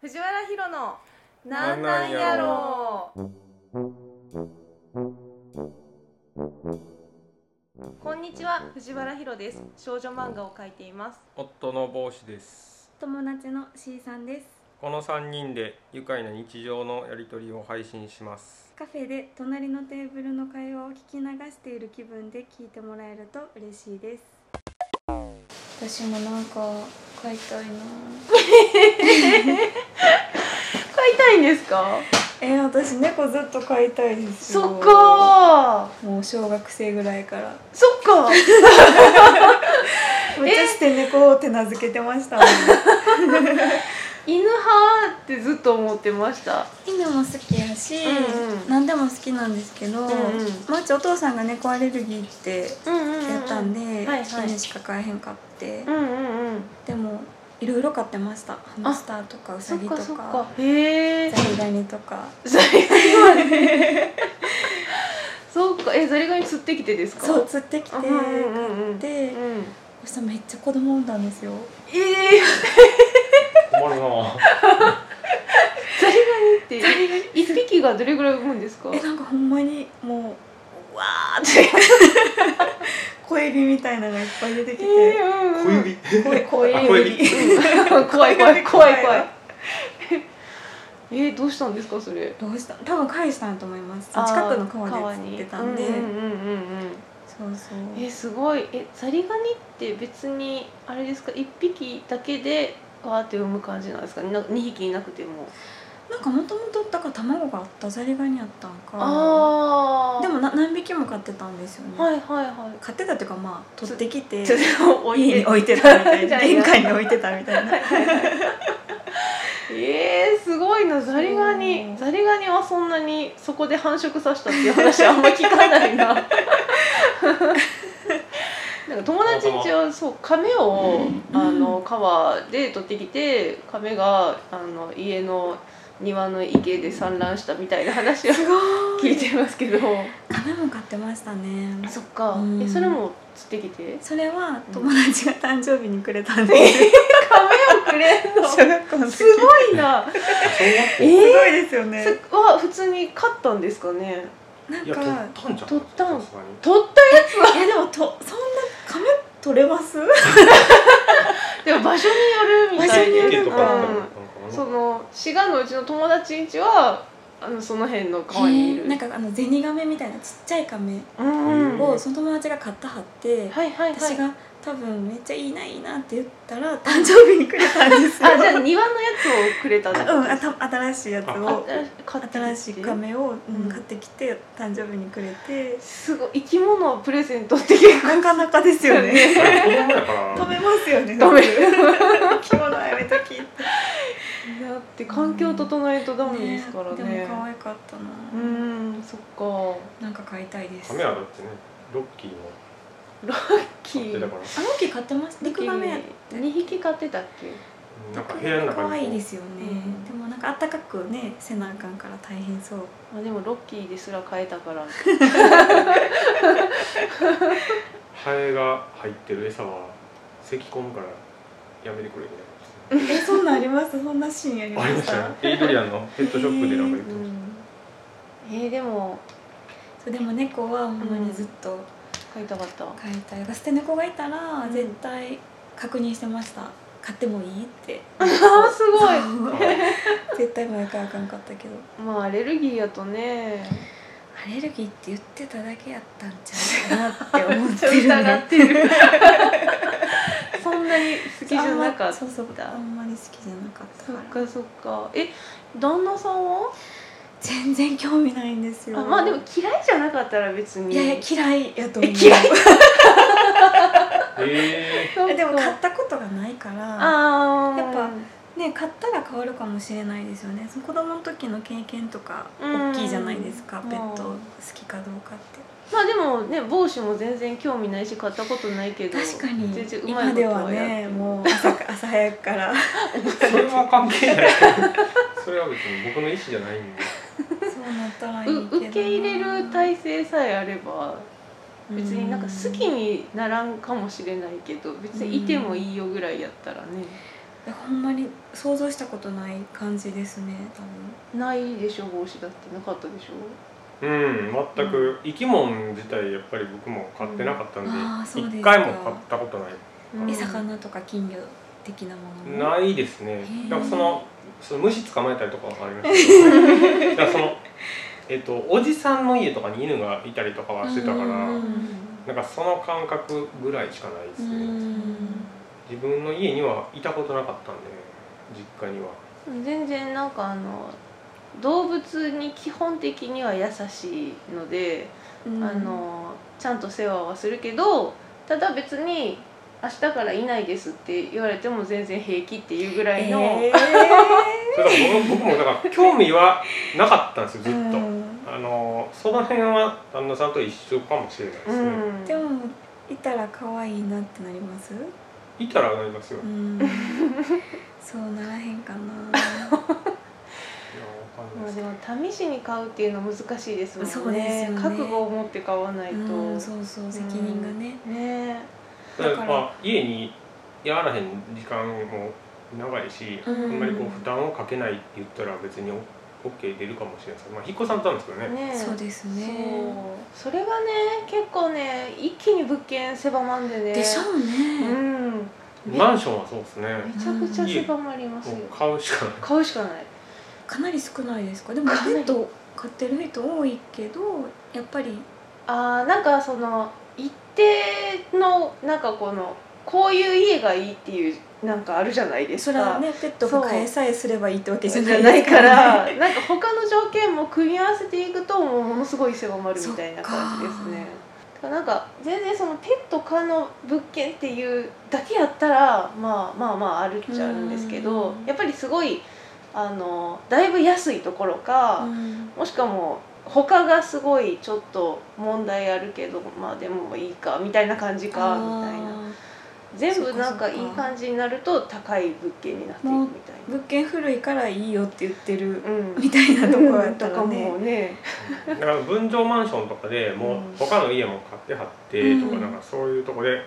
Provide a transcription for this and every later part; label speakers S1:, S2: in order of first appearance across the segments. S1: 藤原ヒロのなんなんやろうこんにちは藤原ヒロです少女漫画を描いています
S2: 夫の帽子です
S3: 友達の C さんです
S2: この3人で愉快な日常のやり取りを配信します
S3: カフェで隣のテーブルの会話を聞き流している気分で聞いてもらえると嬉しいです私もなんか書いたいな
S1: 描いたいんですか
S3: えー、私猫ずっと飼いたいですよ
S1: そっか
S3: もう小学生ぐらいから
S1: そっか
S3: めっちゃして猫を手なずけてましたもん、
S1: 犬派ってずっと思ってました
S3: 犬も好きやし、
S1: うんうん
S3: 何でも好きなんですけど、
S1: んうん
S3: まあうちお父さんが猫アレルギーって
S1: うんうん
S3: やったんで、
S1: はいはい
S3: 犬しか飼えへんかって、
S1: うんうんうん
S3: でもいろいろ飼ってましたハムスターとかウ
S1: そ
S3: サ
S1: っ
S3: ギと
S1: かそっか
S3: か
S1: へえ
S3: ザリガニとか
S1: ザリガニまで そっかえザリガニ釣ってきてですか
S3: そう釣ってきて、
S1: うんうんうんうん
S3: で
S1: うん
S3: そしたらめっちゃ子供産んだんですよ
S1: ええ
S2: 困るな
S1: ザリガニって 一匹がどれぐらい産むんですか
S3: えなんかほんまにもう
S1: うわー って
S3: 小エビみたいなのがいっぱい出てきて、
S2: 小指
S3: 小
S1: 小
S2: あ小
S1: 指
S2: 指
S1: うん怖い怖い怖い怖
S3: 怖
S1: いえ
S3: い
S1: ー、どうしたんですかそれ
S3: どうした多分返したんやと思います近くの川で釣ってたんで、
S1: 川にうんうんうんうんうん
S3: そうそう
S1: えーすごいえザリガニって別にあれですか一匹だけでわーって産む感じなんですかな二匹いなくても
S3: なんかもともとだから卵があったザリガニやったんか
S1: ああ
S3: でもな何匹も飼ってたんですよね、
S1: はいはいはい
S3: 飼ってたっていうかまあ取ってきて
S1: ちょっと置い
S3: 家
S1: て
S3: に置いてたみた い
S1: じゃ
S3: な
S1: あ
S3: 玄関に置いてたみた いな
S1: えー、すごいなザリガ
S3: そ
S1: ニ
S3: う
S1: ザリガニはそんなにそこで繁殖させたっていう話あんま聞かない ななんか友達んちはそう亀をあの川で取ってきて亀があの家の庭の池で産卵したみたいな話を
S3: すご
S1: 聞
S3: い
S1: いてますけど
S3: 亀も飼ってましたね
S1: そっか
S3: うん
S1: えそれも釣ってきて
S3: それは友達が誕生日にくれたんです、
S1: 亀をくれんの す
S3: 小学校の時す
S1: ごい なえ
S3: ご
S1: ー
S3: いですよね
S1: そは普通に飼ったんですかね
S3: なん
S2: いや
S3: か
S2: 取
S3: い
S2: っ
S3: や
S2: たんじゃん
S1: 取ったん
S2: さすがに
S1: 取っ
S3: でもとそんな亀取れます
S1: でも場所によるみたいで
S3: 場所によ
S2: 池
S3: る
S2: と
S3: の
S2: か
S3: な
S2: だった
S3: ん
S2: の
S1: う
S2: か
S1: ん、
S2: な
S1: その滋賀のうちの友達んちはあのその辺の川にいる、
S3: へーなんかあのゼニガメみたいなちっちゃいカメ
S1: うんうん、
S3: を
S1: は
S3: その友達が買ったはって、
S1: いはいはい
S3: 私が多分めっちゃいいないいなって言ったら誕生日にくれたんです よ
S1: あじゃあ庭のやつをくれた
S3: あ うんあた新しいやつ
S1: あ
S3: を
S1: 買ってきて
S3: 新しいカメを、うん
S1: うん
S3: 買ってきて誕生日にくれて
S1: すごい生き物をプレゼントって結構
S3: なかなかですよね
S2: あれ子供やか
S3: 止
S2: ら
S3: めますよね
S1: 止め
S3: 普通 着物はやめときって
S1: だって環境整えとダメですからね
S3: でも可愛かったな、
S1: うんそっか
S3: なんか買いたいです
S2: カメラだってねロッキーも
S1: キ
S2: 買ってた
S1: ー
S2: から
S3: あの木買ってます陸ガメやって
S1: 2匹飼ってたっけ
S2: なんか部
S3: 陸
S2: 屋の
S3: 亀
S2: 中
S3: 可愛い
S2: に
S3: で
S2: こ
S3: すよね、
S1: うん
S3: でもなんかあったかくねせなあかんから大変そう
S1: あでもロッキーですら飼えたから
S2: うハエが入ってる餌は咳き込むからやめてくれみたい
S3: えそんなんありますそんなシーンあり
S2: な
S3: ま
S2: ありまし
S3: し
S2: たたねエイドリアンのペットショップでなんか言って
S1: う
S2: まし
S1: んえー、でも
S3: そうでも猫はほんまにずっと
S1: 飼いたかった
S3: 飼いたい、捨て猫がいたら
S1: ん
S3: 絶対確認してました飼ってもいい って
S1: あーすごい
S2: た
S3: 絶対毎回あかんかったけど
S1: まあアレルギーやとね
S3: アレルギーって言ってただけやったんちゃうかなって思っ
S1: ちょっと
S3: てる
S1: 疑っ
S3: ね
S1: てる そんなに好きじゃなかった
S3: そうそう
S1: た
S3: あんまり好きじゃなかった
S1: そっ
S3: から
S1: かそっかえ旦那さんは
S3: 全然興味ないんです
S1: あ
S3: よ
S1: まあでも嫌いじゃなかったら別に
S3: いやいや嫌いやと思う
S1: え嫌い
S2: え
S1: そっか
S3: でも買ったことがないから
S1: あー
S3: やっぱね買ったら変わるかもしれないですよねその子供の時の経験とか
S1: うん
S3: 大きいじゃないですか
S1: うん
S3: ペット好きかどうかって
S1: まあでもね帽子も全然興味ないし買ったことないけど
S3: 確かに
S1: 全然うまい
S3: 今
S1: こと
S3: ではねもう朝か朝早くから
S2: ー、それは関係ない それは別に僕の意思じゃないんで
S3: そうなったらいいけど
S1: う受け入れる体制さえあれば別になんか好き
S3: うん
S1: にならんかもしれないけど別にいてもいいよぐらいやったらね、
S3: いやほんまに想像したことない感じですね多分
S1: ないでしょ帽子だってなかったでしょ
S2: うん全く生き物自体やっぱり僕も買ってなかったんで
S3: うんあーそうですか
S2: 一回も買ったことない
S1: うん
S3: え魚とか金魚的なものも
S2: ないですね
S3: ー。
S2: だからそのその虫捕まえたりとかはありましたけど、だ からそのえっとおじさんの家とかに犬がいたりとかはしてたから、
S3: うん
S2: なんかその感覚ぐらいしかないです
S3: う
S2: ね。
S3: ん
S2: 自分の家にはいたことなかったんで、実家には。
S1: 全然なんかあの動物に基本的には優しいので、
S3: うん
S1: あのちゃんと世話はするけどただ別に明日からいないですって言われても全然平気っていうぐらいの、
S3: え
S2: それだから僕僕もだから興味はなかったんですよず
S3: ー
S2: っと。
S3: うん
S2: あのその辺は旦那さんと一緒かもしれないですね。
S1: うん
S3: でもいたら可愛いなってなります
S2: いたらなりますよ。
S3: う
S2: い や
S3: んそうならへんかな
S2: わかんない
S1: ま
S2: で
S1: あ
S2: す
S1: でも試しに買うっていうのは難しいですもんね
S3: そうですよね
S1: 覚悟を持って買わないと、
S3: うんそうそう責任がね
S1: ね
S2: だからまあ家にやらへん時間も長いし、
S3: うん
S2: あんまりこう負担をかけないって言ったら別に OK 出るかもしれないですまあ引っ越さんとなんですけどね
S1: ね
S3: そうですね
S1: そうそれがね結構ね一気に物件狭まんでね
S3: でしょう
S1: う
S3: ね
S1: んめ
S2: マンションはそうですね
S1: めちゃくちゃ狭まりますよ
S2: もう買うしかない
S1: 買うしかない
S3: かなり少ないですかでもペ
S1: かなり
S3: ット飼ってる人多いけどやっぱり
S1: あーなんかその一定のなんかこのこういう家がいいっていうなんかあるじゃないです
S3: そ
S1: か
S3: れはねペットが飼えさえすればいいってわけじ
S1: じ
S3: ゃ
S1: ゃ
S3: な
S1: な
S3: いで
S1: い
S3: す
S1: か
S3: から
S1: らなんか他の条件も組み合わせていくともうものすごい狭まるみたいな感じですねだからなんか全然そのペット可の物件っていうだけやったら、まあ、まあまああるっちゃあるんですけど
S3: うん
S1: やっぱりすごいあのだいぶ安いところか、
S3: うん
S1: もしかも他がすごいちょっと問題あるけどまあでもいいかみたいな感じかみたいな
S3: あ
S1: 全部なんか
S3: そっかそっか
S1: いい感じになると高い物件になっていくみたい
S3: ー物件古いからいいよって言ってる
S1: な。うん
S3: みたいなとこやったら
S1: とか
S3: ね
S1: もね
S2: だから分譲マンションとかでも
S1: うん
S2: う他の家も買ってはってとか、
S3: うん
S2: なんかそういうとこで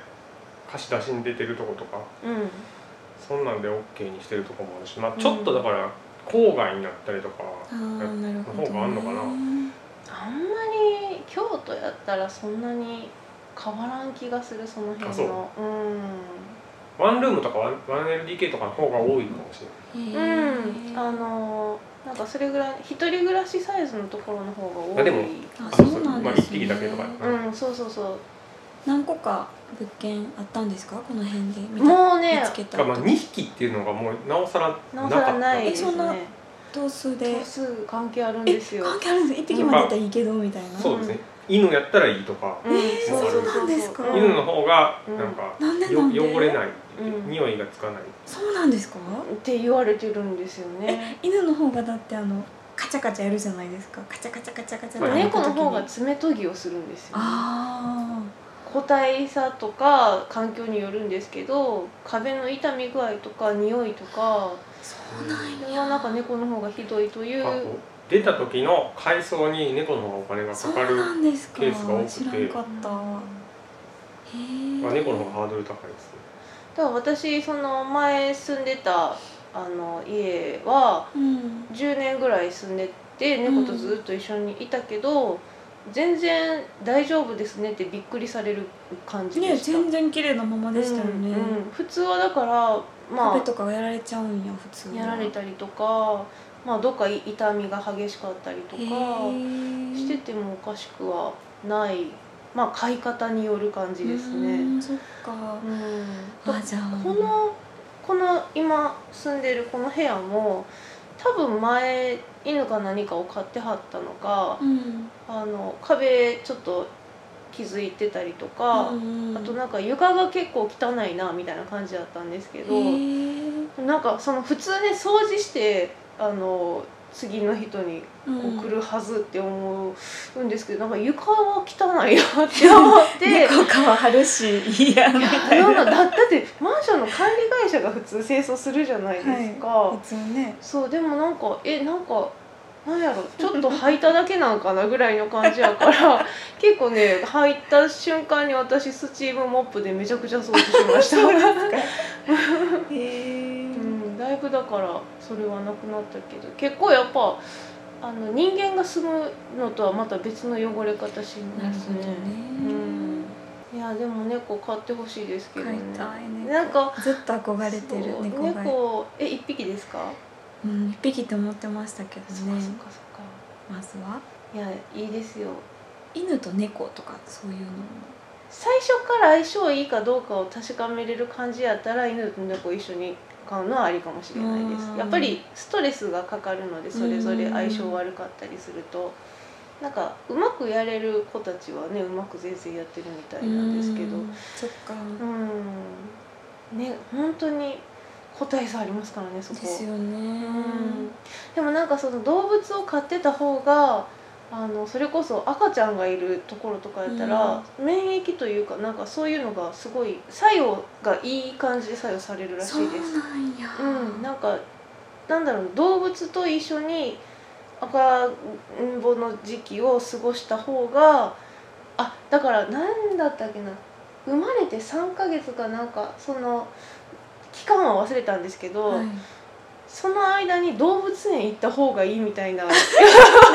S2: 貸し出しに出てるとことか
S1: うん
S2: そんなんで OK にしてるとこもあるし、まあ、ちょっとだから郊外になったりとか、
S3: あーなるほどね
S2: 方があんのかな
S1: あんまり京都やったらそんなに変わらん気がするその辺の
S2: あそう
S1: う
S2: ワンルームとかワン 1LDK とかの方が多いかもしれない。
S3: へ
S1: ん、
S3: ー
S1: うん、あのーなんかそれぐらい一人暮らしサイズのところの方が多い
S2: あでも
S3: あ
S2: あ
S3: そうなん
S2: まあ、
S3: です
S2: 一
S3: ね
S2: 匹だけとかやな、
S1: うんそうそうそ
S3: 何個か物件あったんですかこの辺で
S1: う
S3: 見た
S1: もうね
S3: 見つけた
S2: まあ、2匹っていうのがもうなおさら
S1: なお
S2: な
S1: さ
S2: からっ
S1: な
S2: た
S1: いです
S3: えそんな
S1: ね
S3: 頭数で
S1: 頭数関係あるん
S3: え
S1: ですよ
S3: 関係あるんです一匹までいたらいいけどみたいな
S2: そうですね犬やったらいいとか、
S1: うん
S3: えー
S2: そう
S3: なんですか
S1: うん
S2: 犬の方が
S1: うん
S2: なんか、
S3: なんで
S2: よ
S3: なんで
S2: 汚れない、
S1: うん
S2: 匂いがつかない
S3: そうなんですか
S1: って言われてるんですよね
S3: 犬の方がだってあのカチャカチャやるじゃないですかカチャカチャカチャカチャ
S2: まあ
S3: ってやった
S1: 猫
S3: 時
S1: の
S3: に
S1: 方が爪研ぎをするんですよ、
S3: あ
S1: 個体差とか環境によるんですけど壁の傷み具合とか匂いとか
S3: あそうなん
S1: そ
S3: や
S1: れはなんか猫の方がひどいという
S2: あと出た時の改装に猫の方がお金が
S3: そ
S2: か
S3: う
S2: かる、
S3: なんですか
S2: ケースが多くて
S3: 知らんかったへえ、
S2: まあ、猫の方がハードル高いですね
S1: だから私その前住んでたあの家は
S3: うん
S1: 10年ぐらい住んでて猫とずっと一緒にいたけど、全然大丈夫ですねってびっくりされる感じで
S3: ね
S1: した。
S3: 全然綺麗なままでしたよね、
S1: うんうん普通はだからま
S3: 壁
S1: あ
S3: とかがやられちゃうんや普通は
S1: やられたりとか、まあ、どっかい痛みが激しかったりと
S3: へ
S1: か。
S3: え
S1: しててもおかしくはないまあ買い方による感じです
S3: う
S1: ね。
S3: んそっか
S1: うんと
S3: あじゃあ
S1: このこの今住んでるこの部屋も多分前犬か何かを買ってはったのか
S3: うん
S1: あの壁ちょっと気づいてたりとか、
S3: うん
S1: あとなんか床が結構汚いなみたいな感じだったんですけど、
S3: へー
S1: なんかその普通ね掃除してあの次の人にこう来るはずって思うんですけど、なんか床は汚いよって思って
S3: 猫かは張るし いいやみたい
S1: なん
S3: な
S1: かだだってマンションの管理会社が普通清掃するじゃないですか、
S3: 普通ね
S1: そうでもなんかえなんかなんやろちょっと履いただけなんかなぐらいの感じやから 結構ね履いた瞬間に 私スチームモップでめちゃくちゃ掃除しました
S3: へえ
S1: うんだいぶだからそれはなくなったけど結構やっぱあの人間が住むのとはまた別の汚れ方し
S3: な
S1: ま
S3: る
S1: す
S3: ほど
S1: ね
S3: ね。
S1: うん、いやでも猫飼ってほしいですけど
S3: 飼
S1: ね
S3: い。たいね
S1: なんか
S3: ずっと憧れて
S1: そ
S3: る
S1: う
S3: 猫が
S1: 猫え一匹ですか？
S3: うん一匹と思ってましたけど
S1: そっかそっ
S3: ね
S1: かそっか。
S3: まずはい
S1: やいいですよ。
S3: 犬と猫とかそういうのも
S1: 最初から相性いいかどうかを確かめれる感じやったら犬と猫一緒に飼うのはありかもしれないで
S3: う
S1: す
S3: ん
S1: やっぱりストレスがかかるのでそれぞれ相性悪かったりするとなんかうまくやれる子たちはねうまく全然やってるみたいなんですけど
S3: うんそっか
S1: うんね本当に個体差ありますからねそこ
S3: ですよね
S1: うんでもなんかその動物を飼ってた方があのそれこそ赤ちゃんがいるところとかやったら、免疫というかなんかそういうのがすごい作用がいい感じで作用されるらし
S3: そう
S1: いです。
S3: なんや
S1: うん、なんかなんだろう動物と一緒に赤ん坊の時期を過ごした方があだから何だったっけな生まれて3ヶ月かなんかその期間は忘れたんですけど、
S3: はい
S1: その間に動物園行った方がいいみたい な
S3: な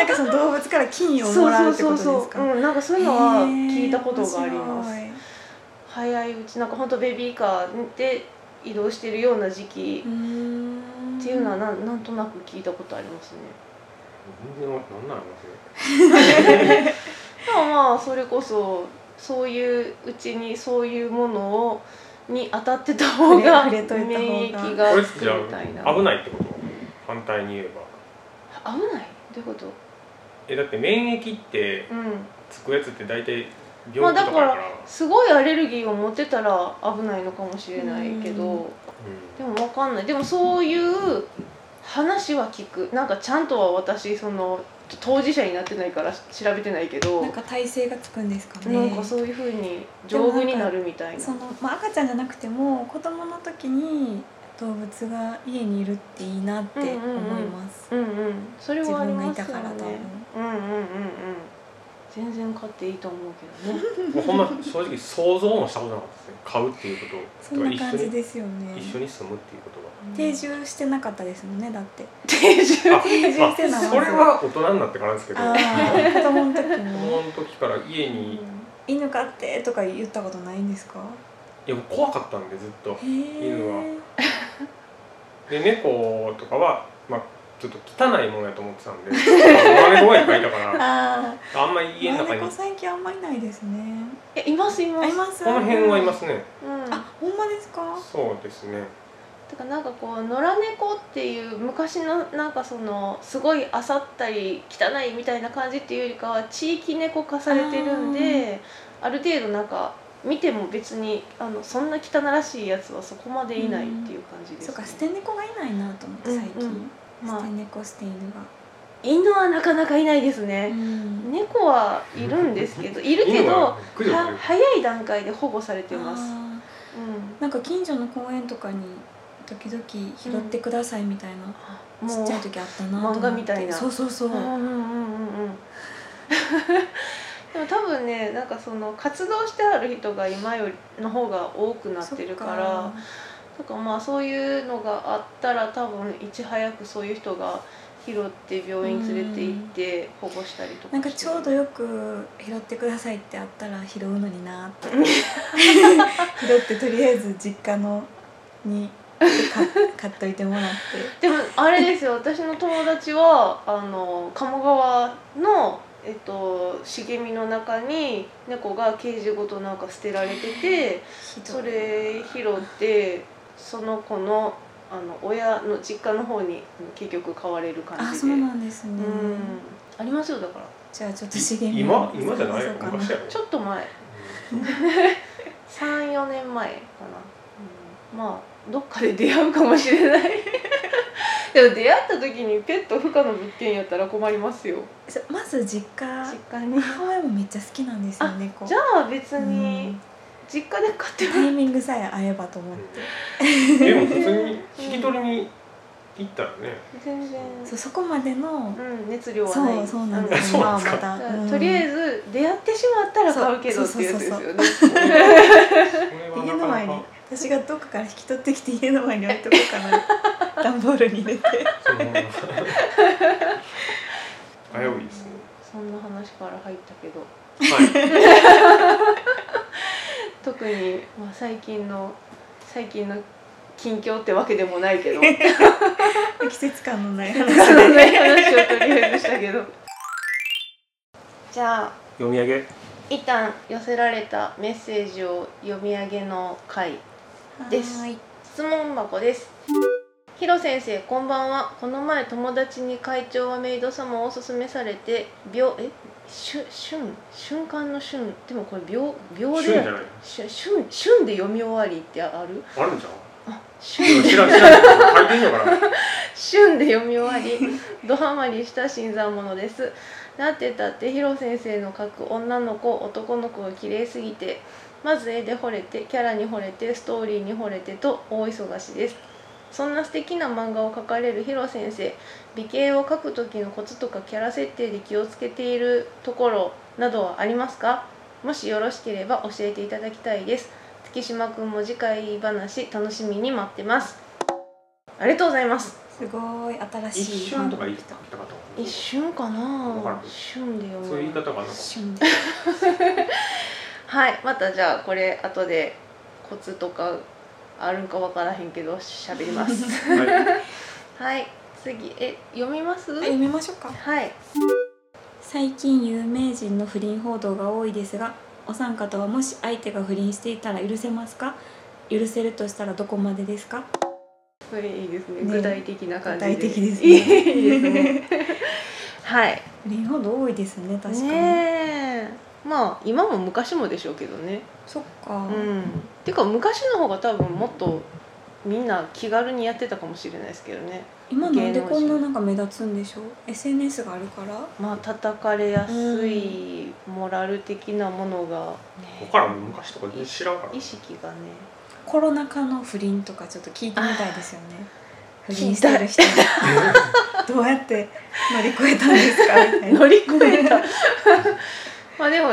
S3: んかその動物から金を
S1: そ
S3: も
S1: う
S3: ら
S1: そうう
S3: って
S1: そ
S3: こ
S1: う
S3: と
S1: そ
S3: です
S1: う、
S3: か
S1: うん、なんかそういうのは聞いたことがあります、
S3: へー面
S1: 早いうちなんか本当ベビーカーで移動してるような時期
S3: 白いん
S1: っていうのはなんなんとなく聞いたことありますね
S2: 全然わなんなんやろなそれ
S1: でもまあそれこそそういううちにそういうものをに当たってた方が
S3: 触れ触れといた方
S1: 免疫
S2: こ
S3: が
S1: が
S2: れ
S1: つく
S2: じゃ
S1: みたいな
S2: あ危
S1: ない
S2: ないってこと反対に言えば
S1: 危ないどういうこと
S2: えだって免疫って
S1: うん
S2: つくやつって大体
S1: まあ
S2: 病気
S1: だ
S2: と
S1: か
S2: かやから
S1: らすごいアレルギーを持ってたら危ないのかもしれないけど、
S3: うん
S1: でもわかんないでもそういう話は聞くなんかちゃんとは私その当事者になってないから調べてないけど
S3: なんか体勢がつくんですかね
S1: なんかそういうふうに丈夫になるみたいな
S3: その、まあ、赤ちゃんじゃなくても子供の時に動物が家にいるっていいなって思います、
S1: うんうんそれはありますよ
S3: 自分がいたから
S1: ね
S3: 多分
S1: うんうんうんうん全然買っていいと思うけどね
S2: うんもうほんま正直想像もしたことなかったですね買うっていうこと
S3: そんな
S2: 一
S3: 感
S2: 緒
S3: じ
S2: に
S3: ですよね
S2: 一緒に住むっていうこと
S3: 定住してなかったですもんねだって
S1: 定住
S2: があ
S3: 定住してな
S2: それは大人になってからですけど
S3: あ
S2: 子
S3: ー子供の時も
S2: 供の時から家にい
S3: 犬飼ってとか言ったことないんですか
S2: やもう怖かったんでずっと
S3: へえ
S2: 犬はで猫とかはまあちょっと汚いものやと思ってた んで生まれ子がいっぱいいたから
S3: あ
S2: あんまり
S3: あ
S2: 家の中
S3: 猫
S2: に
S3: 最近あんまりいないですね
S1: えいますいま
S3: あ
S1: す
S3: います
S2: この辺はいますすね
S1: うん
S3: あほんまですか
S2: そうですね
S1: だからなんかこう野良猫っていう昔のなんかそのすごいあさったり汚いみたいな感じっていうよりかは地域猫化されてるんである程度なんか見ても別にあのそんな汚らしいやつはそこまでいないっていう感じです、
S3: そ
S1: ね
S3: うか捨て猫がいないなと思って最
S1: うんう
S3: 近
S1: ま
S3: 捨
S1: あ
S3: て猫捨て犬が
S1: 犬はなかなかいないですね、
S3: ね
S1: 猫はいるんですけどいるけ
S2: 犬
S1: ど
S2: は
S1: は
S2: 駆除される
S1: 早い段階で保護されてます、うん、
S3: なんか近所の公園とかに時々拾ってくださいみたいな、
S1: も
S3: ち
S1: う
S3: っちゃい時あったなと思って
S1: 漫画みたいな
S3: そうそうそう、
S1: うんうんうんうんうん でも多分ねなんかその活動してある人が今よりの方が多くなってるから
S3: そ
S1: だからまあそういうのがあったら多分いち早くそういう人が拾って病院連れて行って保護したりと
S3: っ
S1: か
S3: かなんかちょうど
S1: よ
S3: よく拾ってくださいってあったら拾うのになって 拾ってとりあえず実家のに買っ買っといてもらっ
S1: で
S3: て
S1: もあれですよ私の友達はあの鴨川の、えっと、茂みの中に猫がケージごとなんか捨てられてて。
S3: ひど
S1: そ
S3: い
S1: れ拾ってその子のあの親の実家の方に結局買われる感じで
S3: あそうなんですね、
S1: うんありますよだから
S3: じゃあちょっと資源
S2: 今今じゃないよ
S3: かな
S2: 昔やろ
S1: ちょっと前34年前かな、うんまあどっかで出会うかもしれない でも出会った時にペット不可の物件やったら困りますよ
S3: そうまず実家
S1: 実家に
S3: 母親もめっちゃ好きなんですよ
S1: あ
S3: 猫
S1: じゃあ別に実家で飼って
S3: タイミングさえ合えばと思って
S2: うんでも普通に引き取りに行ったら ね
S1: 全然
S3: そうそこまでの
S1: うん熱量はない
S3: そうそうなんで
S2: あ
S3: す
S2: そう
S3: 今
S2: な
S3: は
S2: んですか
S3: またうん
S1: とりあえず出会ってしまったら買うけどっていうやつですよね。
S2: それは
S3: 家の
S2: なか
S3: 前
S2: な
S3: に
S2: か
S3: 私がどっかから引き取ってきて家の前に置いとこうかな段ボールに入れて
S2: そのまま危ういですね
S1: そんな話から入ったけど
S2: はい
S1: 特に、まあ、最近の最近の近況ってわけでもないけど
S3: 季節感のない
S1: そ
S3: 話
S1: んな話をとりあえずしたけどじゃあ
S2: 読み上げ
S1: 一旦寄せられたメッセージを読み上げの回です
S3: はーい
S1: 質問箱ですひろ先生こんばんはこの前友達に会長はメイド様をおすすめされて秒えしゅ瞬瞬間の瞬でもこれ秒秒
S2: 旬じゃ
S1: で
S2: ない
S1: 瞬瞬瞬で読み終わりってある
S2: あるんじゃん
S1: あ
S2: いや
S1: 瞬
S2: 知らん知らん書いてんやから
S1: 旬で読み終わりドハマりした新参者ですなってたってヒロ先生の書く女の子男の子が綺麗すぎてまず絵で惚れてキャラに惚れてストーリーに惚れてと大忙しですそんな素敵な漫画を描かれるヒロ先生美形を描く時のコツとかキャラ設定で気をつけているところなどはありますかもしよろしければ教えていただきたいです月島くんも次回話楽しみに待ってますありがとうございます
S3: すごい新しい
S2: 一瞬とか言ったかったか
S1: 一瞬か
S2: わから
S1: なん瞬で読む
S2: そういう言い方があるのか
S3: 一瞬で
S1: はいまたじゃあこれ後でコツとかあるんかわからへんけど喋ります
S2: はい
S1: はい次え読みますは
S3: 読みましょうか
S1: い
S3: 最近有名人の不倫報道が多いですがお三方はもし相手が不倫していたら許せますか許せるとしたらどこまでですか
S1: これいいですね
S3: ね
S1: 具体的な感じで
S3: 具体的ですね
S1: いいですねはい
S3: 不倫報道多いですね確かに、
S1: ねえまあ今も昔もでしょうけどね
S3: そっか、
S1: うんてか昔の方が多分もっとみんな気軽にやってたかもしれないですけどね
S3: 今なんでこんななんか目立つんでしょう SNS があるから
S1: まあ叩かれやすいモラル的なものが、
S2: ここからもう昔とか知らんから
S1: 意識がね
S3: コロナ禍の不倫とかちょっと聞いてみたいですよね不倫してる人どうやって乗り越えたんですかみたいな
S1: 乗り越え たまあでも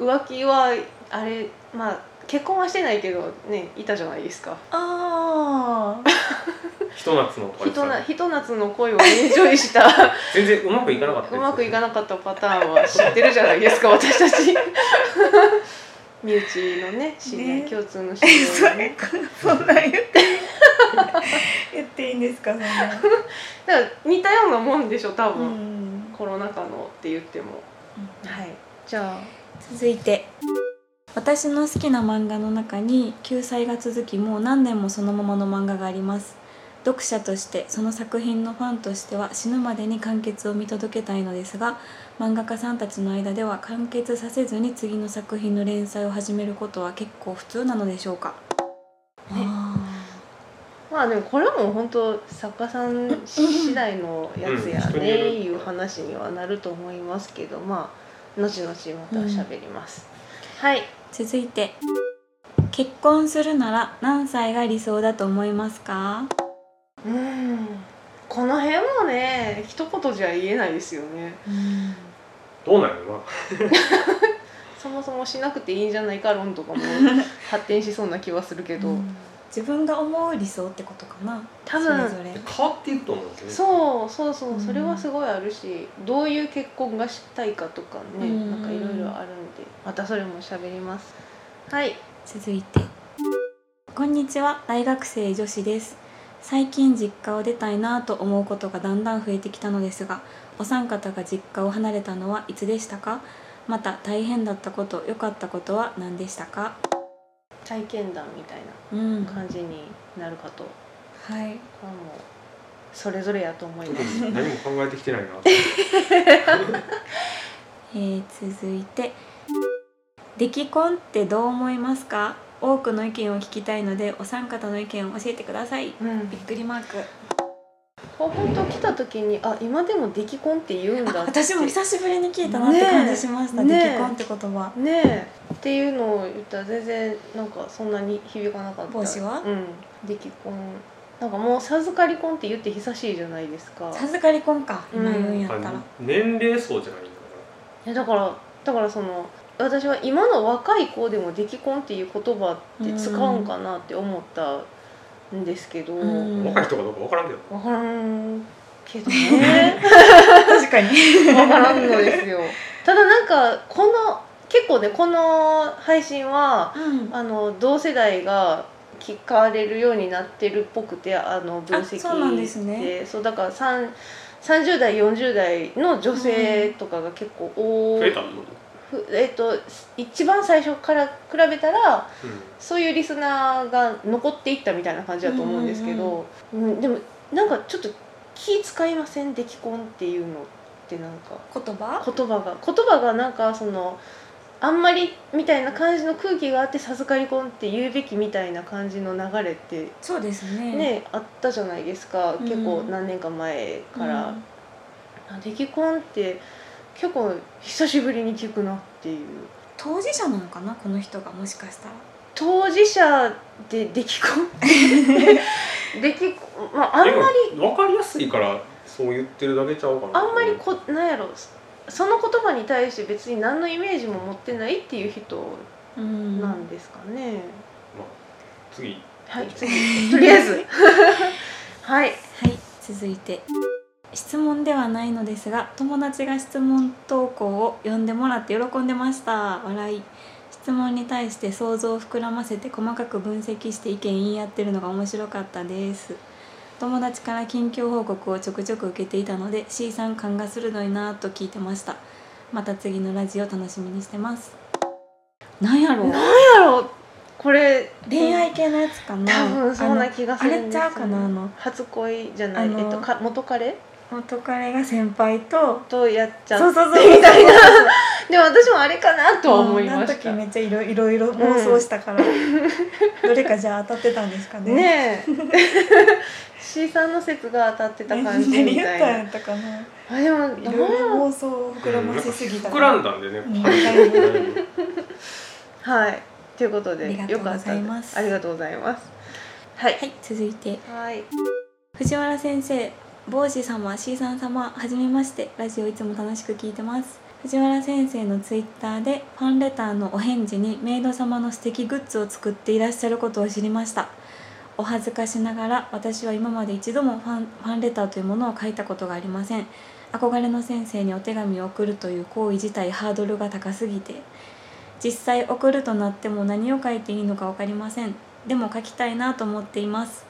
S1: 浮気はあれまあ結婚はしてないけどねいたじゃないですか
S3: あ
S2: ひと夏のとか
S1: ひ
S2: です
S1: と
S2: か
S1: な
S2: ね
S1: ひと夏の恋をエンジョイした
S2: 全然うまくいかなかったです
S1: うまくいか
S2: な
S1: なかったパターンは知ってるじゃないですか私たち 身内のね知り合い
S3: ね
S1: 共通の知
S3: ー
S1: り
S3: そ
S1: 合いの
S3: れ
S1: ね
S3: そんなん言って 言っていいんですかそんな
S1: だから似たようなもんでしょ多
S3: う
S1: 分、
S3: ん
S1: コロナ禍のって言ってもはいじゃあ
S3: 続いて私の好きな漫画の中に救済が続きもう何年もそのままの漫画があります読者としてその作品のファンとしては死ぬまでに完結を見届けたいのですが漫画家さんたちの間では完結させずに次の作品の連載を始めることは結構普通なのでしょうかあ
S1: まあでもこれはもう本当作家さん次第のやつや
S2: うん人に
S1: ね
S2: よる
S1: いう話にはなると思いますけどまあ後々また喋ります、はい
S3: ー続いて結婚するなら何歳が理想だと思いますか
S1: うんこの辺もね一言じゃ言えないですよね
S2: どうなんやろな
S1: そもそもしなくていいんじゃないか論と かも発展しそうな気はするけど、
S3: うん自分が思う理想ってことかな
S1: 多
S3: それ
S1: 分
S3: ぞれ
S2: 変わっていくと思うんですよね
S1: そうそうそううんそれはすごいあるし、どういう結婚がしたいかとかね、
S3: うん
S1: なんかいろいろあるんでまたそれも喋りますはい
S3: 続いてこんにちは大学生女子です最近実家を出たいなぁと思うことがだんだん増えてきたのですがお三方が実家を離れたのはいつでしたかまた大変だったこと良かったことは何でしたか
S1: 体験談みたいな
S3: うん
S1: 感じになるかと、
S3: はい
S1: まあもうそれぞれやと思いま
S2: 特
S1: す。
S2: に何も考えてきてないな
S3: えー続いて「出来婚ってどう思いますか?」多くの意見を聞きたいのでお三方の意見を教えてください
S1: うん
S3: びっ、くりマーク
S1: こう本当来た時にあ今でも出来婚って言うんだ
S3: あ
S1: って
S3: 私も久しぶりに聞いたなって感じしました、
S1: ねえ
S3: 出来婚って言葉
S1: ねえっていうのを言ったら全然なんかそんなに響かなかった
S3: 帽子は
S1: うん出来婚なんかもう授かり婚って言って久しいじゃないですか
S3: 授かり婚か
S1: うん
S3: 今言うんやった
S2: なん
S3: ら、
S2: か年齢層じゃないんだか
S1: いやだからだからその私は今の若い子でも「出来婚」っていう言葉って使うんかなって思ったんですけど、
S3: うん
S2: 若い人かどうかわからんけど
S1: 分からんけどね
S3: 確かに
S1: 分からんのですよ ただなんかこの結構ねこの配信は
S3: うん
S1: あの同世代が聞かれるようになってるっぽくてあの分析
S3: そうなんですね
S1: そうだからさん30代40代の女性とかが結構多い、
S2: 増えたってこと
S1: ふえっと一番最初から比べたら
S2: う
S1: そういうリスナーが残っていったみたいな感じだと思うんですけど、うんでもなんかちょっと気使いません「出来婚」っていうのってなんか
S3: 言葉
S1: 言葉が言葉がなんかそのあんまりみたいな感じの空気があって「授かり婚」って言うべきみたいな感じの流れって
S3: そうですね
S1: ね、あったじゃないですか
S3: ん
S1: 結構何年か前
S3: うん
S1: から。あ出来婚って結構久しぶりに聞くなっていう。
S3: 当事者なのかなこの人がもしかしたら
S1: 当事者で出来婚 出来婚まああんまり
S2: り分かりやすいからそう言ってるだけちゃうかな
S1: あんまりこなんやろその言葉に対して別に何のイメージも持ってないっていう人
S3: うん
S1: なんですかね、
S2: 次
S1: はい次 とりあえずはい
S3: はい続いて質問ではないのですが友達が質問投稿を読んでもらって喜んでました笑い質問に対して想像を膨らませて細かく分析して意見言い合ってるのが面白かったです友達から近況報告をちょくちょく受けていたので C さん感が鋭いなぁと聞いてましたまた次のラジオ楽しみにしてますなんやろう
S1: 何やろこれ
S3: 恋愛系のやつかな
S1: 多分そん
S3: あ
S1: な
S3: の
S1: 気がするんですよ
S3: あれちゃうかなあの
S1: 初恋じゃない
S3: あの
S1: えっとか元彼
S3: 元彼が先輩と
S1: とやっちゃ
S3: そううそうそ う
S1: みたいなでも私もあれかなとは思いました
S3: うんあの時め
S1: ね
S3: っちゃいろいろいろ妄想したから、どれかじゃあ当たってたんですかね。
S1: え C さんの説が当たってた感じみ
S3: 何言ったん
S1: たい
S3: やったかな。い
S1: なあでもど
S3: ろ
S1: う
S3: い
S1: や
S3: ろ
S1: ろ
S3: 妄想を膨らませすぎた
S2: うんなんか膨らんだんでね
S3: うん
S2: はい
S1: はい、ということで、
S3: ありがと
S1: よ
S3: うご
S1: かった
S3: ざいます
S1: ありがとうございます。はい、
S3: はい、続いて
S1: はい、
S3: 藤原先生帽子様 C さん様はじめましてラジオいつも楽しく聞いてます藤原先生のツイッターでファンレターのお返事にメイド様の素敵グッズを作っていらっしゃることを知りましたお恥ずかしながら私は今まで一度もファンファンレターというものを書いたことがありません憧れの先生にお手紙を送るという行為自体ハードルが高すぎて実際送るとなっても何を書いていいのか分かりませんでも書きたいなと思っています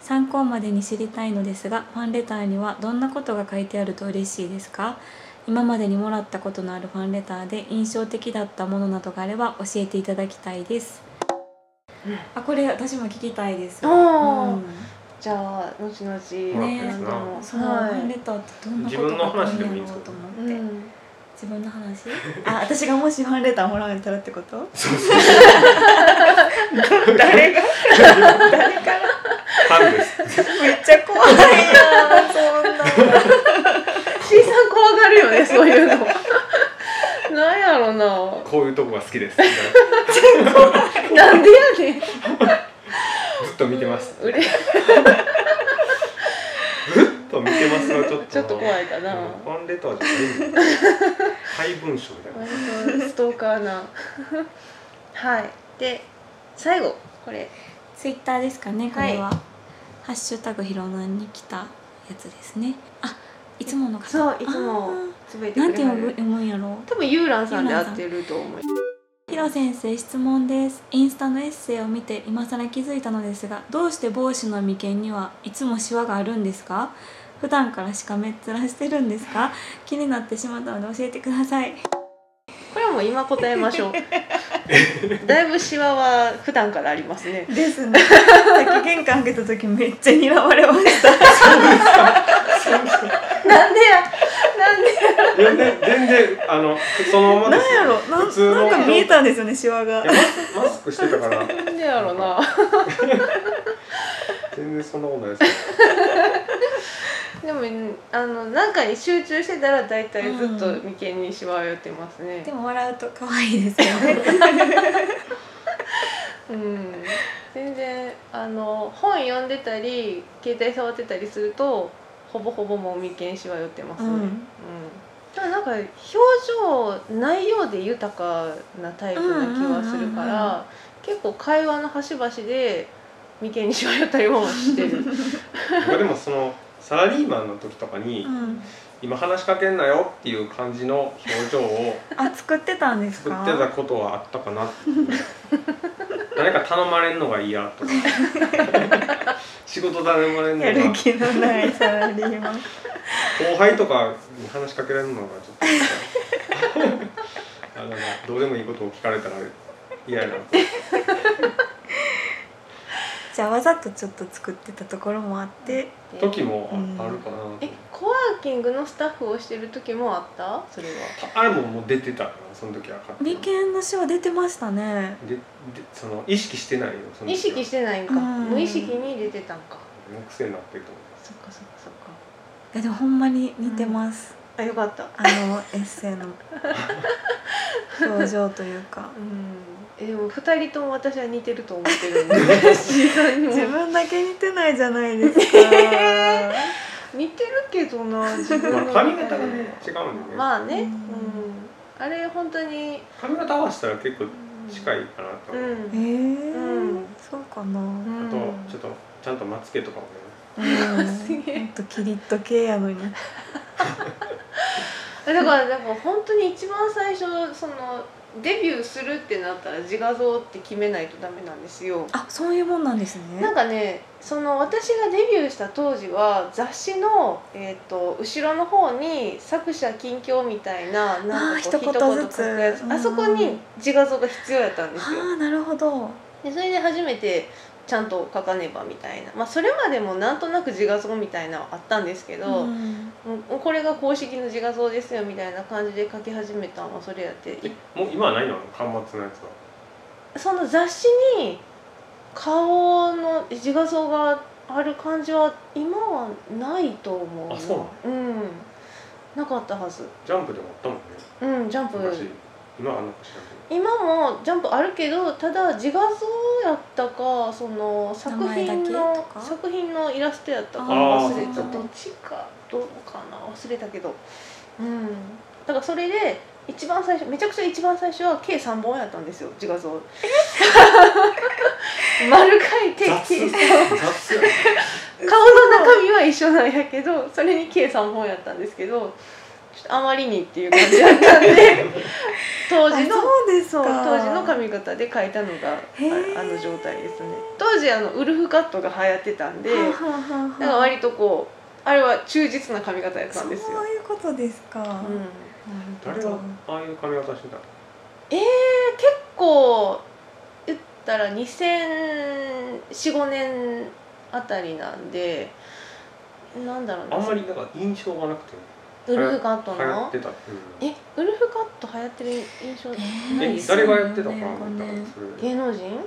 S3: 参考までに知りたいのですがファンレターにはどんなことが書いてあると嬉しいですか今までにもらったことのあるファンレターで印象的だったものなどがあれば教えていただきたいで
S1: う
S3: す、
S1: ん
S3: あこれ私も聞きたいです
S1: おー
S3: うん
S1: じゃあ、後々、
S3: ね
S1: 何でも
S3: そう、ファンレ
S1: は
S3: ターってどんなことが書いてあるのと思っ
S1: い、
S3: て、
S1: うん、
S3: 自分の話あ私がもしファンレターもらえたらってこと
S2: そうそう
S3: 誰が誰から
S2: ファンです
S3: めっちゃ怖いなそんな
S1: C さん怖がるよね、 そういうの。なんやろな、
S2: こういうとこが好きですず
S1: なんでやねん。
S2: っと見てます
S1: うれ、
S2: ずっと見てますはちょっと
S1: ちょっと怖いかな
S2: うんファンレターじゃないんだ配文章みたいな
S1: 割とストーカーな。はい、で、最後、これ、
S3: ツイッターですかねこ
S1: はい
S3: れは、ハッシュタグひろなんに来たやつですねあいつもの方
S1: そう、いつもつぶやい
S3: あー
S1: て
S3: な
S1: く
S3: ん
S1: れはる。
S3: て読む読むんやろう
S1: 多分ユーランさんで合ってると思う。
S3: ヒロ先生質問ですインスタのエッセイを見て今更気づいたのですがどうして帽子の眉間にはいつもシワがあるんですか普段からしかめっ面してるんですか気になってしまったので教えてください
S1: これはもう今答えましょう。 だいぶシワは普段からありますね。
S3: ですねさっき玄関開けた時めっちゃ睨まれました
S1: なんでや、なんで
S2: いやね全然あのそのままです
S3: なんやろな
S2: 普通の
S3: なんか見えたんですよねシワが
S2: いやマスマスクしてたから
S1: なんでやろな。
S2: 全然そんなことないです
S1: でもあのなんかに集中してたらだいたいずっと眉間にシワを寄ってますね
S3: で。も笑うと可愛いですよね
S1: うん。全然あの本読んでたり携帯触ってたりするとほぼほぼもう眉間シワ寄ってますね。うん。でもなんか表情内容で豊かなタイプな気はするから、
S3: うんうんうんうん
S1: 結構会話の端々で眉間にしわ寄ったりもして る
S2: 僕でもそのサラリーマンの時とかに、
S3: うん、
S2: 今話しかけんなよっていう感じの表情を
S3: あ作ってたんです
S2: 作
S3: か
S2: ってたことはあったかな誰か頼まれんのが嫌とか仕事頼まれんの
S3: や
S2: が
S3: る気のないサラリーマン
S2: 後輩とかに話しかけられるのがちょっとあなんかどうでもいいことを聞かれたら嫌やな
S3: じゃあわざとちょっと作ってたところもあって
S2: 時もあ
S3: うん
S2: あるかな、
S1: えコワーキングのスタッフをしてる時もあったそれは
S2: あれももう出てたよその時は勝手
S3: 眉
S2: に
S3: 間のシワ出てましたね
S2: ででその意識してないよその時は
S1: 意識してないんか
S3: うん
S1: 無意識に出てたんか
S2: もう癖に なってると思う
S1: そっかそっかそっか
S3: えでもほんまに似てます、
S1: あよかった
S3: あのエッセイの表情というか
S1: うんえでも二人とも私は似てると思ってるん で自分にも
S3: 自分だけ似てないじゃないですか
S1: 似てるけどな自分
S2: まあ髪型がね違うんでね
S1: まあね、う
S3: う
S1: んん、あれ本当に
S2: 髪型合わせたら結構近いかなと
S1: う
S2: 思う、
S3: え
S1: ん、
S3: ー
S1: うん
S3: そうかな、うん
S2: あとちょ
S1: っ
S2: っとちゃんとまつげとかもね
S1: すげえ
S3: ほんとキリッと系やのに
S1: とだからだから本当に一番最初そのデビューするってなったら自画像って決めないとダメなんですよ
S3: あそういうもんなんですね
S1: なんかねその私がデビューした当時は雑誌の、えー、と後ろの方に作者近況みたいななんかこう
S3: あー一言ず
S1: 書
S3: つ
S1: くやつ
S3: うん
S1: あそこに自画像が必要やったんですよ
S3: はあなるほど
S1: でそれで初めてちゃんと書かねばみたいな、まあ、それまでもなんとなく自画像みたいなのはあったんですけど、も
S3: ん
S1: うこれが公式の自画像ですよみたいな感じで書き始めたのはそれやって
S2: えもう今はないの端末のやつは
S1: その雑誌に顔の自画像がある感じは今はないと思う
S2: あそう
S1: うんなかったはず
S2: ジャンプでもあったもんね
S1: うんジャンプ
S2: 昔今はあんのか知らんけど
S1: 今もジャンプあるけどただ自画像やったかその作
S3: 名前だけ
S1: 品
S3: と
S1: の
S3: か
S1: 作品のイラストやったか
S2: あー
S1: 忘れた
S2: そっか
S1: どっちかどうかな忘れたけどうんだからそれで一番最初めちゃくちゃ一番最初は計3本やったんですよ自画像 丸書いて計
S2: 雑 雑や
S1: 顔の中身は一緒なんやけどそれに計3本やったんですけどちょっとあまりにっていう感じだったんで 当時の
S3: あそうです
S1: そう
S3: か
S1: 当時の髪型で描いたのがあ
S3: へー
S1: あの状態ですね当時あのウルフカットが流行ってたんでだ
S3: はあはあはあはあ
S1: から割とこうあれは忠実な髪型やったんですよ
S3: そう、いうことですか、
S1: うん、
S3: なるほ
S2: 誰
S3: ど
S2: がああいう髪型してたの
S1: えー、結構言ったら200445年あたりなんでなんだろうな
S2: あんまりなんか印象がなくて
S1: ウルフカット
S2: 流行っ
S1: の
S2: てたっていう
S1: えウルフカット流行ってる印象
S3: え
S1: ない
S2: え
S1: です
S2: 誰がやってたかな
S3: そうなんだよね
S2: それ
S1: 芸能人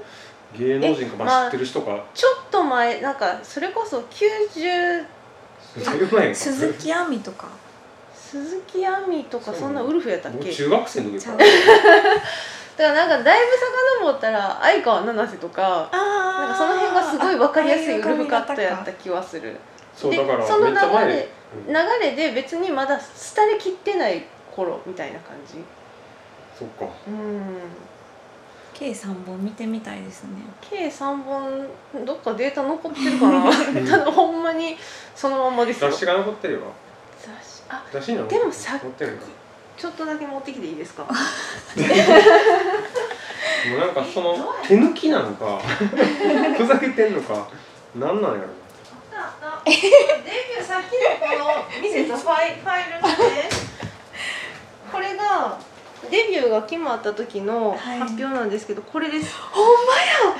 S2: 芸能人かま
S1: まあ
S2: あ知ってる人か
S1: ちょっと前なんかそれこそ90
S2: だいぶ前か
S3: 鈴木亜美とか
S1: 鈴木亜美とか
S2: そう
S1: そんなウルフやったっ
S2: もう
S1: けだか
S2: 中学生の時から
S1: らなんかだいぶ遡ったら相川七瀬とか
S3: あ
S1: なん
S3: ー
S1: かその辺がすごい分かりやすいウ
S3: あ
S1: ルフカットや
S3: ああいう髪
S1: っ
S3: 型
S1: た
S3: か
S1: 気はする
S2: そう
S1: で
S2: だから
S1: その
S2: めっちゃ前
S1: 流れ流れで別にまだ廃れ切ってない頃みたいな感じ
S2: そっか
S1: うん
S3: 計三本見てみたいですね
S1: 計3本どっかデータ残ってるかなただ ほんまにそのまんまですよ
S2: 雑誌が残ってれば
S1: 雑誌あ
S2: 雑誌なの
S1: でもさっき
S2: 載ってるの
S1: ちょっとだけ持ってきていいですか
S2: もうなんかその手抜きなのか ふざけてんのかなんなんやろ
S1: デビューさっきのこの見せ たファイファイルのねこれがデビューが決まった時の
S3: はい
S1: 発表なんですけど、これです
S3: ほんまや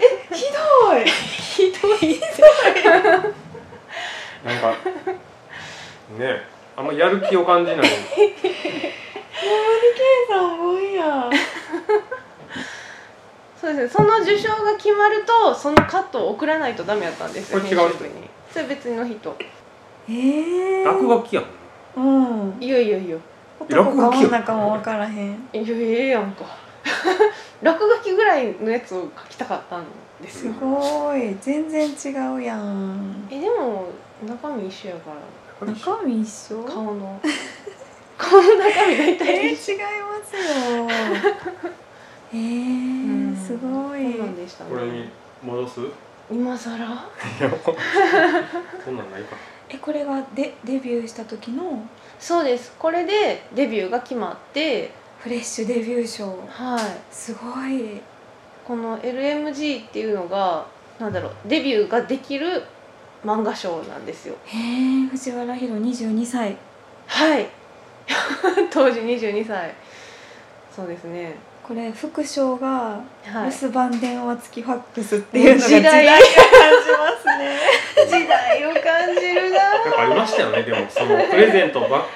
S3: えひどい
S1: ひどい
S2: なんかねあんまやる気を感じない
S3: 三本や
S1: そうですねその受賞が決まるとそのカットを送らないとダメだったんですよ
S2: これ違う人
S1: 編集部にそれ別の人
S3: ええ
S2: 落書きやん
S3: うん
S1: いやいやいや
S3: 男か女かもわからへん
S1: いやいやええやん か落書きぐらいのやつを書きたかったんです
S3: す
S1: よ
S3: ごい全然違うやん
S1: えでも中身一緒やから
S3: 中身一緒
S1: 顔 の顔の中身大
S3: え
S1: 体
S3: ー、違いますよえー、すごい
S1: こんなんでしたね
S2: これに戻す
S1: 今更
S2: そんなんないか
S3: えこれがデデビューした時の
S1: そうですこれでデビューが決まって
S3: フレッシュデビュー賞
S1: はい
S3: すごい
S1: この LMG っていうのがなんだろうデビューができる漫画賞なんですよ
S3: へえ藤原ヒロ22歳
S1: はい 当時22歳そうですね
S3: これ副賞が「
S1: はい
S3: 留守番電話付きファックス」っていうのが時代
S1: も
S3: 感
S1: う
S3: じま すね
S1: 時代を感じるな
S2: なんかありましたよねでもそのプレゼントば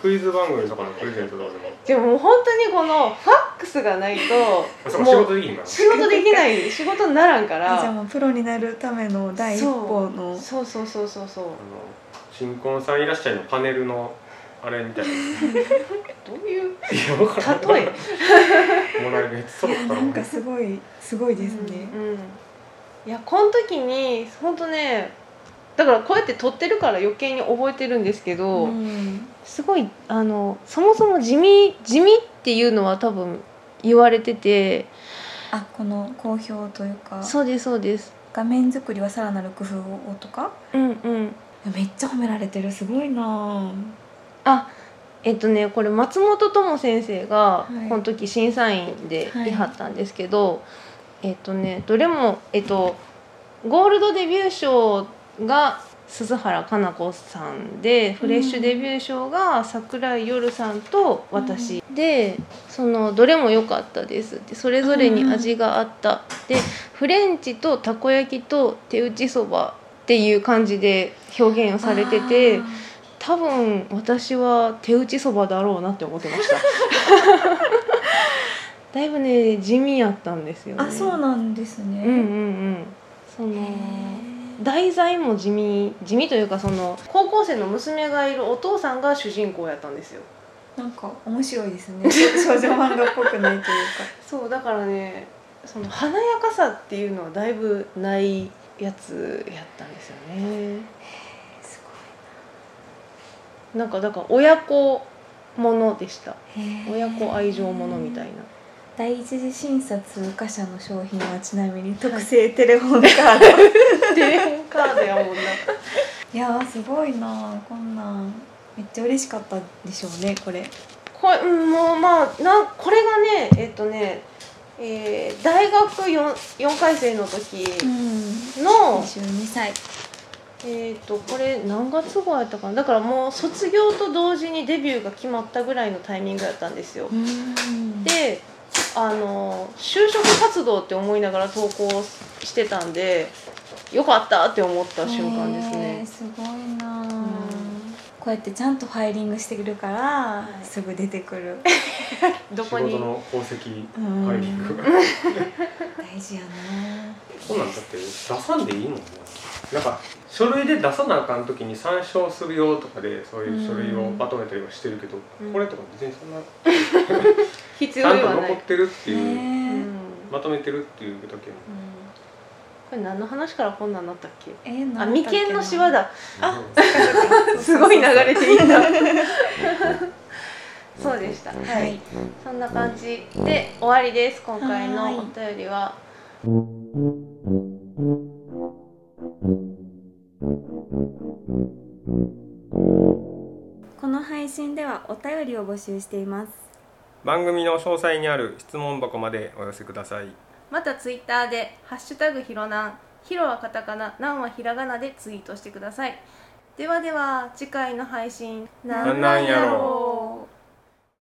S2: クイズ番組とかのプレゼントとかでも
S1: でももう本当にこのファックスがない
S2: あ
S1: と
S2: そこ仕
S1: もう
S2: 事できひんから
S1: 仕事できない仕事にならんか
S3: あじゃあ
S1: ら
S3: もうプロになるための第一歩の
S1: そうそうそうそうそう
S2: あの新婚さんいらっしゃいのパネルのあれみたいない
S1: どういう
S2: やわからん
S1: 例え
S2: もらえるやつそ
S3: いうや
S2: か
S3: な
S2: ら
S3: んかすごいすごいですね、
S1: うんうんいやこの時に本当ねだからこうやって撮ってるから余計に覚えてるんですけど、
S3: うん
S1: すごいあのそもそも地味地味っていうのは多分言われてて
S3: あこの好評というか
S1: そうですそうです
S3: 画面作りはさらなる工夫をとか
S1: うんうん
S3: めっちゃ褒められてるすごいな
S1: あえっとねこれ松本智先生が
S3: はい
S1: この時審査員で
S3: はい
S1: いはったんですけど、えっとねどれもえっとゴールドデビュー賞が鈴原かな子さんでフレッシュデビュー賞が桜井夜さんと私、でそのどれも良かったですでそれぞれに味があった、でフレンチとたこ焼きと手打ちそばっていう感じで表現をされてて。多分私は手打ちそばだろうなって思ってま しただいぶね地味やったんですよ
S3: あ
S1: ね
S3: ーあそうなんですね、
S1: うんうんうんその
S3: へ
S1: 題材も地味地味というかその高校生の娘がいるお父さんが主人公やったんですよ
S3: ーなんか面白いですね少 女漫画っぽくないというか
S1: そうだからねその華やかさっていうのはだいぶないやつやったんですよね
S3: す
S1: なんかだから親子ものでした
S3: ごいへー
S1: 親子愛情ものみたいな
S3: 第一次審査通過者の商品はちなみに特製テレフォンカード、い、
S1: テレホンカードやもんな
S3: やーすご いなこんなんめっちゃ嬉しかったでしょうねこれ
S1: これうんもうまあなこれがねえっとね、えー大学 4, 4回生の時
S3: ん
S1: の、
S3: 22歳
S1: えっとこれ何月号やったかなだからもう卒業と同時にデビューが決まったぐらいのタイミングやったんですよ。
S3: ん
S1: であの就職活動って思いながら投稿してたんでよかったって思った瞬間です
S3: へー
S1: ね。
S3: すごいな、あ
S1: ん
S3: こうやってちゃんとファイリングしてるから、
S1: い
S3: すぐ出てくる、
S1: ど
S2: 仕
S1: こに
S2: 事の功績
S3: うん
S2: 入りにくい
S3: 大事やな
S2: こんなんだって出さんでいいもんななんか書類で出さなあかん時に参照するよとかでそういう書類をまとめたりはしてるけど、
S1: うん
S2: これとか別にそんなち
S1: 必
S2: ゃ
S1: 要
S2: ん
S1: で
S2: と
S1: はな
S2: 残
S1: い
S2: っ。てるっていう、
S1: う
S3: ね
S1: ん
S2: まとめてるっていう時も
S1: これ何の話からこんなんなったっけ
S3: えー
S1: あ
S3: なんだっけ
S1: 眉
S3: な
S1: 間のシワだ
S3: あ
S2: うん
S1: すごい流れてい たそうでしたはい、
S3: はい
S1: そんな感じで終わりです今回のお便りは
S3: この配信ではお便りを募集しています
S2: 番組の詳細にある質問箱までお寄せください
S1: またツイッターで「ハッシュタグひろなん」ひろはカタカナなんはひらがなでツイートしてくださいではでは次回の配信
S2: なんなんやろう